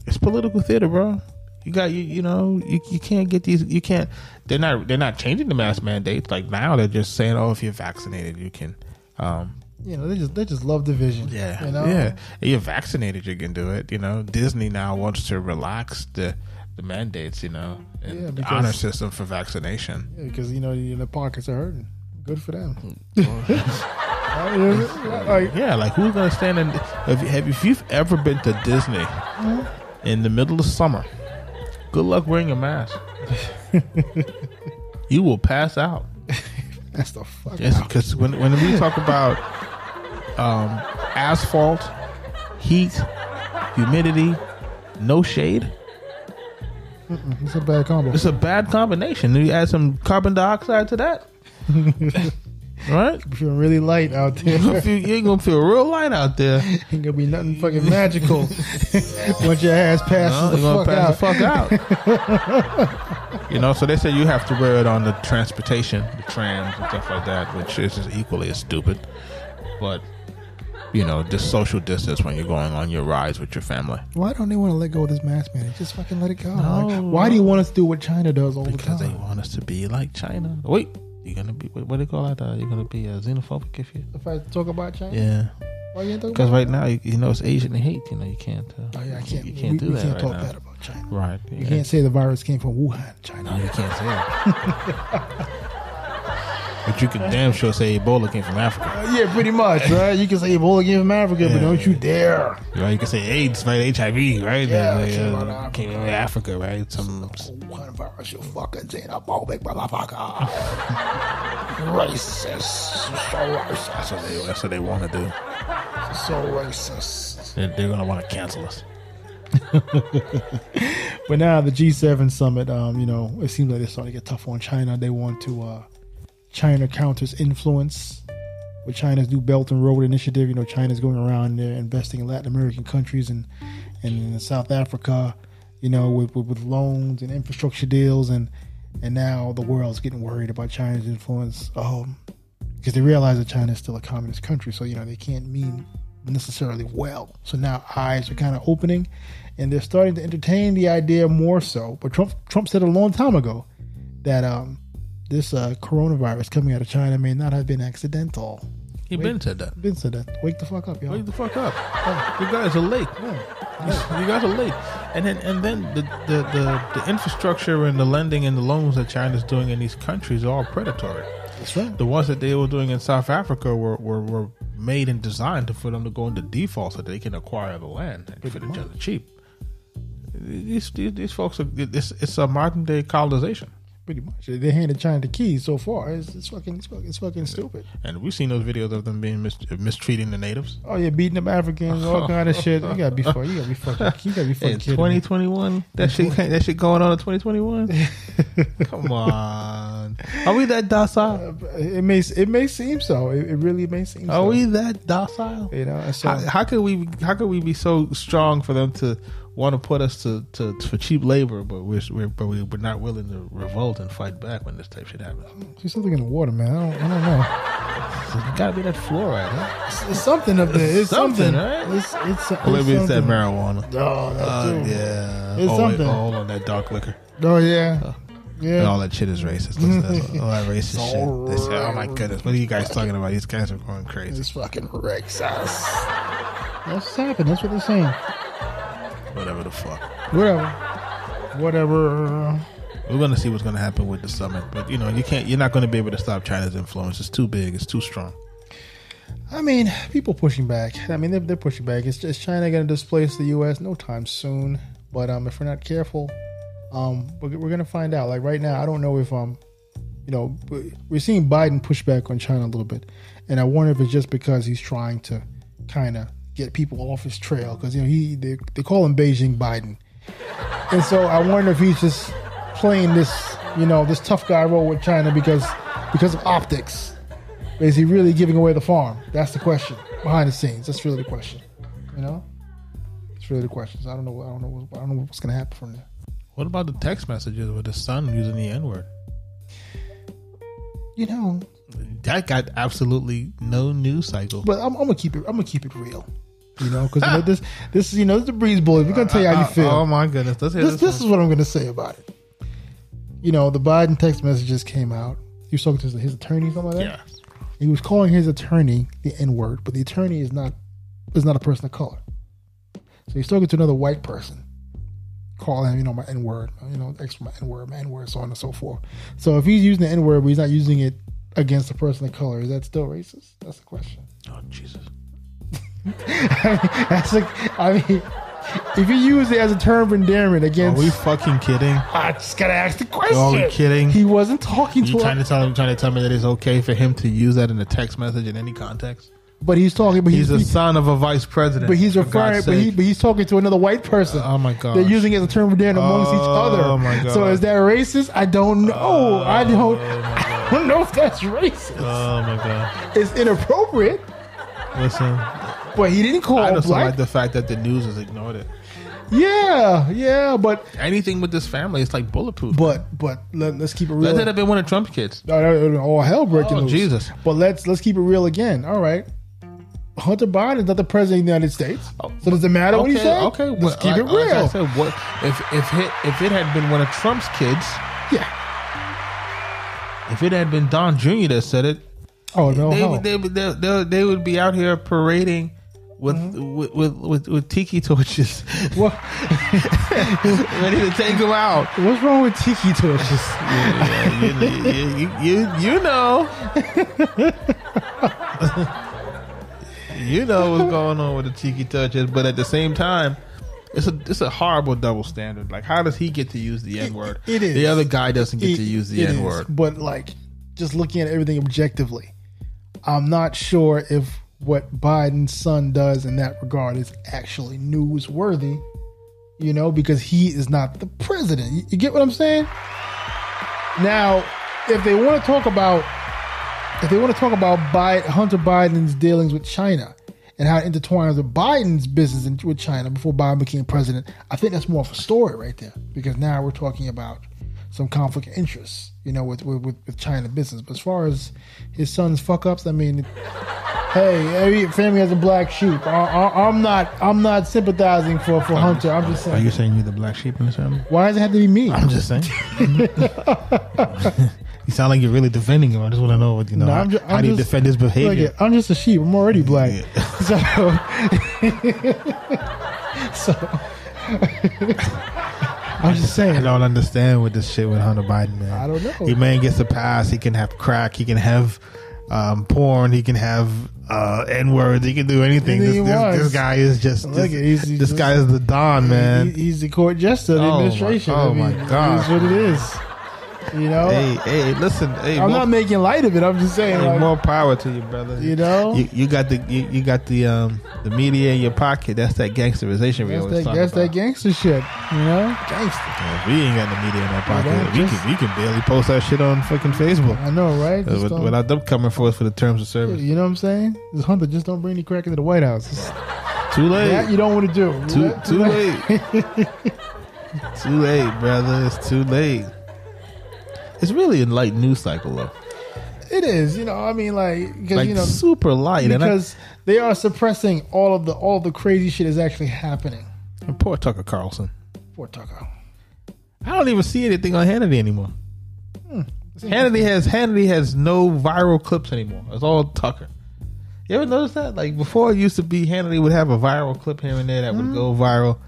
C: it's political theater, bro. You got you you know you, you can't get these you can't they're not they're not changing the mask mandates like now they're just saying oh if you're vaccinated you can um
B: You know, they just they just love division.
C: yeah
B: you know?
C: yeah if you're vaccinated you can do it you know Disney now wants to relax the the mandates you know and
B: Yeah,
C: the
B: because-
C: honor system for vaccination
B: Yeah, because you know the, the pockets are hurting. Good for
C: Mm.
B: them. like,
C: Yeah, like who's gonna stand in? If, have, if you've ever been to Disney
B: Mm-hmm.
C: in the middle of summer, good luck wearing a mask. you will pass out.
B: that's the fuck.
C: Yes, because when when we talk about um, asphalt, heat, humidity, no shade,
B: It's a bad combo.
C: it's a bad combination. You add some carbon dioxide to that, right?
B: It's feeling really light out there.
C: You feel- you ain't gonna feel real light out there.
B: Ain't gonna be nothing fucking magical once your ass
C: No,
B: passes
C: you're
B: the
C: gonna
B: fuck
C: pass
B: out.
C: the fuck out. you know, so they say you have to wear it on the transportation, the trams and stuff like that, which is equally as stupid. But you know, just social distance when you're going on your rides with your family
B: Why don't they want to let go of this mask man? Just fucking let it go. Like,
C: No.
B: why do you want us to do what China does all
C: because
B: the
C: they
B: time?
C: want us to be like China. Wait, you're gonna be what, what do you call that? Uh, you're gonna be uh, xenophobic if you.
B: if I talk about China,
C: Yeah,
B: why you ain't talk about?
C: because right now you, you know it's Asian hate. You know you can't. Uh,
B: Oh, yeah, I can't.
C: You can't
B: we,
C: do
B: we
C: that
B: can't
C: right
B: talk
C: now.
B: bad about China.
C: Right.
B: You can't say the virus came from Wuhan, China.
C: No, you can't say that. but you can damn sure say Ebola came from Africa.
B: Uh, Yeah, pretty much, right? You can say Ebola came from Africa,
C: Yeah.
B: but don't you dare.
C: You, know, you can say AIDS, right? HIV, right?
B: Yeah,
C: Like,
B: it came out of
C: uh, came out of Africa, right? Some
B: Wuhan virus, you fucking xenophobic motherfucker. racist. So
C: that's
B: racist.
C: what they that's what they want to do.
B: So racist.
C: They're, they're gonna want to cancel us.
B: But now the G7 summit, um, you know, it seems like they're starting to get tough on China. They want to uh, China counters influence with China's new Belt and Road Initiative. You know, China's going around there investing in Latin American countries and and in South Africa. You know, with, with with loans and infrastructure deals, and and now the world's getting worried about China's influence. Um, because they realize that China is still a communist country, so you know they can't mean necessarily well. So now eyes are kind of opening, and they're starting to entertain the idea more so. But Trump Trump said a long time ago that um, this uh, coronavirus coming out of China may not have been accidental.
C: He been said that.
B: Been said that. Wake the fuck up, y'all.
C: Wake the fuck up! You guys are late. You guys are late. And then and then the the, the the infrastructure and the lending and the loans that China's doing in these countries are all predatory.
B: That's right.
C: the ones that they were doing in South Africa were, were, were made and designed to, for them to go into default so they can acquire the land and for the general cheap. These, these, these folks are it's, it's a modern day colonization,
B: Pretty much. They handed China the keys so far. It's, it's fucking. It's fucking, it's fucking stupid.
C: and we've seen those videos of them being mis- mistreating the natives.
B: Oh yeah, beating up Africans, all kind of shit. You gotta be fucking. You gotta be fucking. You gotta be fucking.
C: In
B: kidding me.
C: 2021, that shit that shit going on in 2021. Come on, are we that docile?
B: It may it may seem so. It, it really may seem.
C: Are
B: so.
C: Oh, we that docile?
B: You know, so
C: how, how could we how could we be so strong for them to want to put us to, to for cheap labor but we're, we're but we, we're not willing to revolt and fight back when this type shit happens
B: there's something in the water, man. I don't, I don't know.
C: So you gotta be that fluoride huh?
B: It's, it's something up there. It's
C: Something,
B: something.
C: right?
B: It's it's,
C: or maybe it's that
B: something.
C: marijuana
B: Oh, that
C: uh,
B: too.
C: yeah
B: It's
C: oh, wait,
B: something.
C: oh, hold on that dark liquor
B: Oh yeah.
C: and all
B: yeah.
C: that shit is racist Listen, that's all that racist
B: It's
C: shit they say, oh my
B: alright.
C: goodness what are you guys talking about these guys are going crazy
B: This fucking wrecks us. That's what's happening. That's what they're saying.
C: whatever the fuck
B: Whatever. Whatever.
C: we're gonna see what's gonna happen with the summit but you know you can't you're not gonna be able to stop China's influence it's too big it's too strong
B: I mean, people pushing back. I mean, they're, they're pushing back. It's just China going to displace the U.S. no time soon. But um, if we're not careful, um, we're, we're going to find out. Like right now, I don't know if um, you know, we- we're seeing Biden push back on China a little bit, and I wonder if it's just because he's trying to kind of get people off his trail because you know he they, they call him Beijing Biden, and so I wonder if he's just playing this you know this tough guy role with China because because of optics. Is he really giving away the farm? That's the question behind the scenes. That's really the question. You know, it's really the question. So I don't know. I don't know. What, I don't know what's gonna happen from there.
C: What about the text messages with his son using the N word?
B: You know,
C: That got absolutely no news cycle.
B: but I'm, I'm gonna keep it. I'm gonna keep it real. You know, because you know, this this is you know this is the breeze bullies. We're gonna tell you how you feel.
C: Oh my goodness. Let's hear
B: this
C: this.
B: this is what I'm going to say about it. You know, the Biden text messages came out. He was talking to his, his attorney, something like that.
C: yeah.
B: He was calling his attorney the N word, but the attorney is not is not a person of color. So he's talking to another white person, calling him, you know, my N word, you know, X my N word, my N word, so on and so forth. So if he's using the N word, but he's not using it against a person of color, is that still racist? That's the question.
C: Oh Jesus.
B: That's like, I mean, if you use it as a term of endearment
C: Are
B: against,
C: we fucking kidding?
B: I just gotta ask the question.
C: Are we kidding?
B: He wasn't talking
C: You
B: to
C: trying to
B: her,
C: tell you trying to tell me that it's okay for him to use that in a text message in any context?
B: but he's talking. But he's,
C: He's a
B: he-
C: son of a vice president.
B: but he's
C: for
B: referring.
C: God's
B: But, he,
C: sake.
B: but he's talking to another white person.
C: oh my god.
B: They're using it as a term of dare amongst each
C: Oh
B: other.
C: my Oh God.
B: So is that racist? I don't know. I don't. I don't know if that's racist.
C: Oh my god.
B: it's inappropriate.
C: Listen.
B: Oh, But he didn't call
C: I
B: him
C: just don't like
B: black.
C: the fact that the news has ignored it.
B: yeah, yeah. But
C: Anything with this family, it's like bulletproof.
B: but but let, us keep it real.
C: Let that have been one of Trump's kids.
B: No, no, no, All hell breaking
C: Oh,
B: loose.
C: Jesus.
B: But let's let's keep it real again. All right. Hunter Biden is not the president of the United States.
C: Oh,
B: so does it matter what he said?
C: Okay,
B: Let's
C: well,
B: keep
C: like-
B: it
C: like I
B: real.
C: said, what if if it if it had been one of Trump's kids,
B: yeah.
C: if it had been Don Jr. that said it,
B: Oh no.
C: they,
B: hell.
C: would they, would- they, they, they would be out here parading with with, with, with with tiki torches,
B: What-
C: ready to take him out.
B: what's wrong with tiki torches?
C: Yeah, you, you, you, you, you know. you know what's going on with the tiki touches, but at the same time, it's a it's a horrible double standard. Like, how does he get to use the N word?
B: it is.
C: The other guy doesn't get
B: It-
C: to use the
B: it is.
C: N word.
B: But like, just looking at everything objectively, I'm not sure if what Biden's son does in that regard is actually newsworthy. You know, because he is not the president. You, you get what I'm saying? Now, if they want to talk about, if they want to talk about Biden, Hunter Biden's dealings with China. And how it intertwines with Biden's business in- with China before Biden became president. I think that's more of a story right there because now we're talking about some conflict of interest, you know, with with, with with China business. But as far as his son's fuck ups, I mean, hey, every family has a black sheep. I, I, I'm not I'm not sympathizing for for Hunter. I'm just saying.
C: saying you're the black sheep in this family?
B: Why does it have to be me?
C: I'm just saying. you sound like you're really defending him. I just want to know what you know.
B: No,
C: how
B: I'm ju-
C: how
B: I'm
C: do you
B: just-
C: defend his
B: Look
C: behavior?
B: it, I'm just a sheep. I'm already black. So, so I'm just
C: I
B: saying.
C: don't understand with this shit with Hunter Biden, man.
B: I don't know.
C: Your man gets a pass. He can have crack. He can have um, porn. He can have uh, n words. He can do anything. This,
B: Anything he
C: this, this
B: wants.
C: guy is just.
B: Look
C: this,
B: at- he's- he's
C: this
B: just-
C: guy is the don, man.
B: He, he's the court jester of the
C: Oh my-
B: administration.
C: oh my God.
B: It is what it is. You know,
C: hey, hey, listen. Hey,
B: I'm
C: more,
B: not making light of it. I'm just saying.
C: hey,
B: like,
C: more power to you, brother.
B: You know?
C: you, you got the you, you got the um the media in your pocket. That's that gangsterization we
B: That's
C: always
B: that,
C: talk
B: that's
C: about.
B: that gangster shit, you know? Gangster.
C: Yeah, Uh, we ain't got the media in our pocket.
B: don't
C: we
B: just-
C: can we can barely post that shit on fucking Facebook. Uh,
B: I know, right? Just
C: With-
B: don't-
C: without them coming for us for the terms of service.
B: you know what I'm saying? This Hunter just don't bring any crack into the White House.
C: Too late.
B: That you don't want to do.
C: too
B: That-
C: too late. too late, brother. It's too late. It's really a light news cycle though.
B: It is, you know. I mean, like because
C: Like
B: you know
C: super light.
B: because they are suppressing all of the all the crazy shit is actually happening.
C: and, I, and poor Tucker Carlson.
B: Poor Tucker.
C: I don't even see anything on Hannity anymore.
B: Hmm.
C: Hannity has Hannity has no viral clips anymore. It's all Tucker. You ever notice that? Like before, it used to be Hannity would have a viral clip here and there that
B: Hmm.
C: would go viral.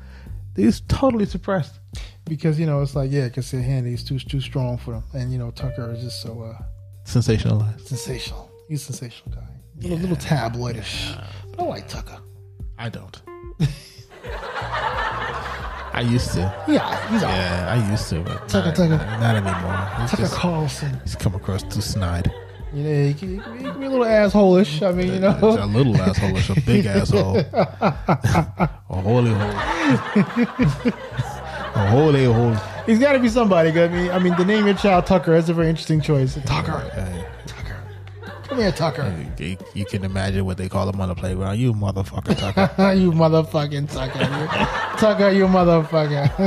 C: These totally suppressed.
B: Because you know it's like yeah, because Handy is too too strong for them, and you know Tucker is just so uh,
C: Sensationalized.
B: sensational. He's a sensational guy, little, little tabloidish. But I like Tucker.
C: I don't. I used to.
B: Yeah, he's yeah.
C: Yeah, I used to, but
B: Tucker,
C: not,
B: Tucker.
C: not anymore. He's
B: Tucker
C: just,
B: Carlson.
C: he's come across too snide.
B: You know, he can, he can be a little asshole-ish. I mean, you know,
C: He's a little asshole, it's a big asshole, a holy hole, a holy hole.
B: he's got to be somebody. 'cause I mean, I mean, to name your child Tucker that's a very interesting choice. Tucker,
C: Uh,
B: Tucker, come here, Tucker.
C: you- you can imagine what they call him on the playground. You motherfucker, Tucker.
B: Ah, you motherfucking Tucker, you, Tucker, you motherfucker.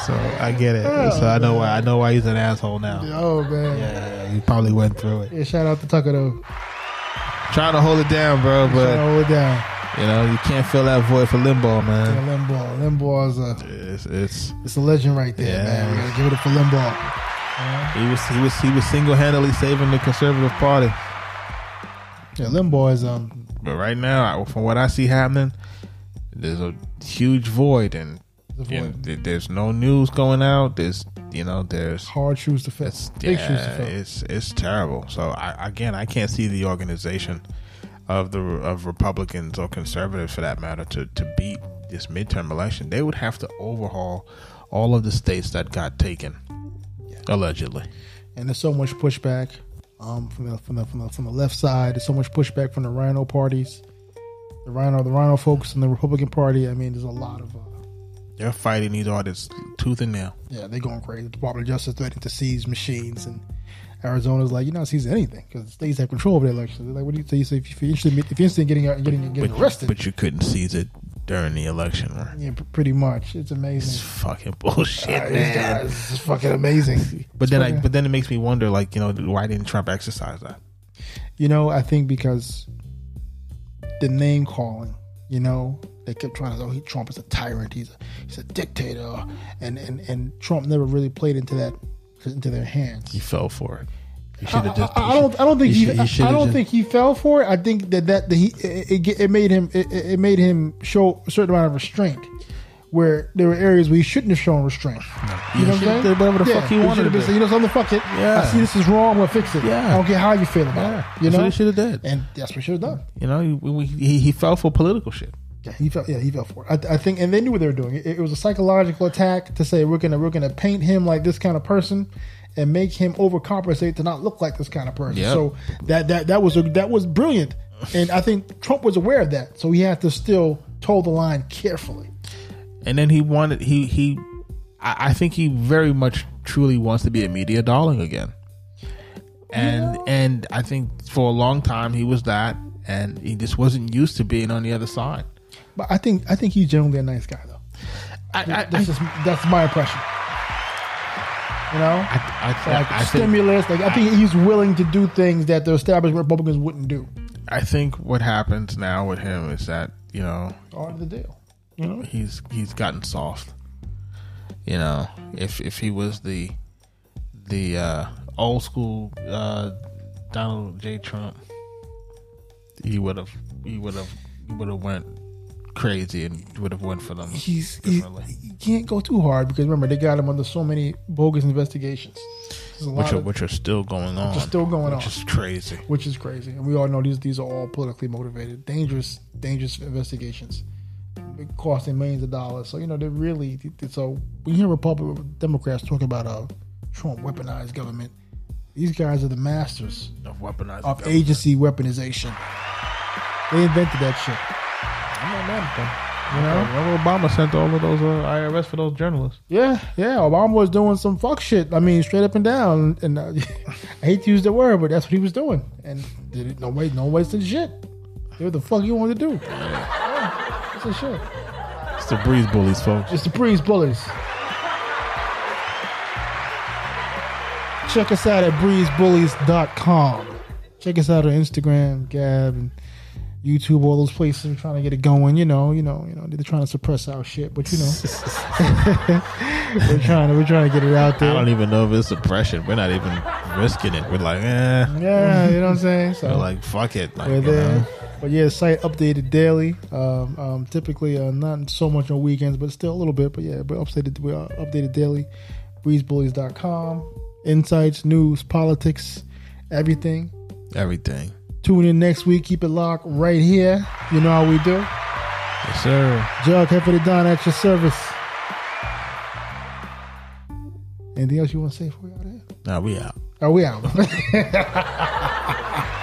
C: so I get it. so I know why. I know why he's an asshole now.
B: oh man,
C: Yeah, he probably went through it.
B: yeah. Shout out to Tucker though.
C: Trying to hold it down, bro,
B: Trying to
C: but
B: hold it down.
C: you know you can't fill that void for Limbaugh, man.
B: Yeah, Limbaugh. Limbaugh is a
C: It's, it's
B: it's a legend right there,
C: Yeah.
B: man. We gotta give it up for Limbaugh.
C: he was he was he was single handedly saving the conservative party.
B: Yeah, Limbaugh is um
C: But right now, I- from what I see happening, there's a huge void, and
B: the void.
C: you know, th- there's no news going out. There's you know there's
B: hard shoes to fill.
C: it's,
B: Big shoes to
C: yeah,
B: fill.
C: it's it's terrible. So I, again, I can't see the organization of the of Republicans or conservatives, for that matter, to to beat this midterm election. They would have to overhaul all of the states that got taken, allegedly.
B: and there's so much pushback um, from the from the, from the from the left side. There's so much pushback from the Rhino parties, the Rhino the Rhino folks and the Republican Party. I mean, there's a lot of uh,
C: They're fighting these artists tooth and nail.
B: yeah, they're going crazy. The Department of Justice threatening to seize machines, and Arizona's like, you're not seizing anything because the states have control over their elections. They're like, what do you say? So if you're interested, if you're interested in getting out and getting getting
C: But
B: arrested,
C: but you couldn't seize it during the election. Right?
B: yeah, pr- pretty much. It's
C: It's
B: amazing.
C: fucking bullshit,
B: These
C: man.
B: guys, it's fucking amazing.
C: But then, I,
B: fucking-
C: but then it makes me wonder, like, you know, why didn't Trump exercise that?
B: You know, I think because the name calling, you know, they kept trying to oh he Trump is a tyrant, he's a he's a dictator and, and, and Trump never really played into that into their hands.
C: He fell for it. He should have just.
B: I, I don't I don't think he,
C: should-
B: I,
C: should have
B: don't
C: just-
B: think he fell for it. I think that that, that he it, it, ge- it made him it, it made him show a certain amount of restraint. Where there were areas where he shouldn't have shown restraint. You know what I'm
C: He
B: saying?
C: should've did whatever the fuck he wanted
B: should've
C: to
B: been
C: do.
B: saying, You know something? Fuck it.
C: Yeah.
B: I see this is wrong. I'm gonna fix it.
C: Yeah.
B: I don't care how you feel about it.
C: Yeah.
B: You
C: That's what
B: know
C: he should've did.
B: And that's what he should have done.
C: You know, he, we- he, he fell for political shit.
B: Yeah, he felt. Yeah, he fell for it. I, I think, and they knew what they were doing. It, it was a psychological attack to say we're gonna we're gonna paint him like this kind of person, and make him overcompensate to not look like this kind of person.
C: Yep.
B: So that that that was a, that was brilliant, and I think Trump was aware of that, so he had to still toe the line carefully.
C: And then he wanted he he. I, I think he very much truly wants to be a media darling again. And and I think for a long time he was that, and he just wasn't used to being on the other side.
B: But I think I think he's generally a nice guy though.
C: I I, I,
B: That's just, that's my impression. You know,
C: I, I,
B: like
C: I, I think
B: stimulus. like I think he's willing to do things that the established Republicans wouldn't do.
C: I think what happens now with him is that you know
B: Part of the deal.
C: he's he's gotten soft. You know, if if he was the the uh, old school uh, Donald J. Trump, he would have he would have he would have went crazy and would have went for them.
B: he's he,
C: differently.
B: he can't go too hard because remember they got him under so many bogus investigations. There's a lot
C: which are
B: of-
C: which are still going on.
B: still going
C: Which
B: on.
C: is crazy.
B: which is crazy, and we all know these these are all politically motivated, dangerous, dangerous investigations, costing millions of dollars. So you know they're really so when you hear Republican Democrats talk about uh Trump weaponized government, these guys are the masters
C: Of weaponized.
B: of agency weaponization. They invented that shit.
C: I'm not mad at them.
B: You know.
C: Remember Obama sent all of those uh, IRS for those journalists.
B: Yeah, yeah. Obama was doing some fuck shit. I mean, straight up and down. And uh, I hate to use the word, but that's what he was doing. And did it, no way, no wasted shit. Did what the fuck you want to do? Yeah, it's a shit.
C: It's the breeze bullies, folks.
B: It's the Breeze Bullies. Check us out at breezebullies.com. Check us out on Instagram, Gab, and YouTube, all those places. We're trying to get it going. You know, you know, you know. They're trying to suppress our shit, but you know, we're trying to we're trying to get it out
C: I
B: there.
C: don't even know if it's suppression. We're not even risking it. We're like, eh.
B: Yeah, you know what I'm saying? So
C: We're like, fuck it. Like,
B: we're
C: you
B: there.
C: know.
B: But yeah, site updated daily. Um, um, typically, uh, not so much on weekends, but still a little bit. But yeah, but updated, we are updated daily. Breezebullies.com. Insights, news, politics, everything.
C: Everything.
B: Tune in next week. Keep it locked right here. You know how we do.
C: Yes, sir.
B: Jug Heffer the Don at your service. Anything else you want to say before Oh, we out of here?
C: Now we out.
B: Are we out?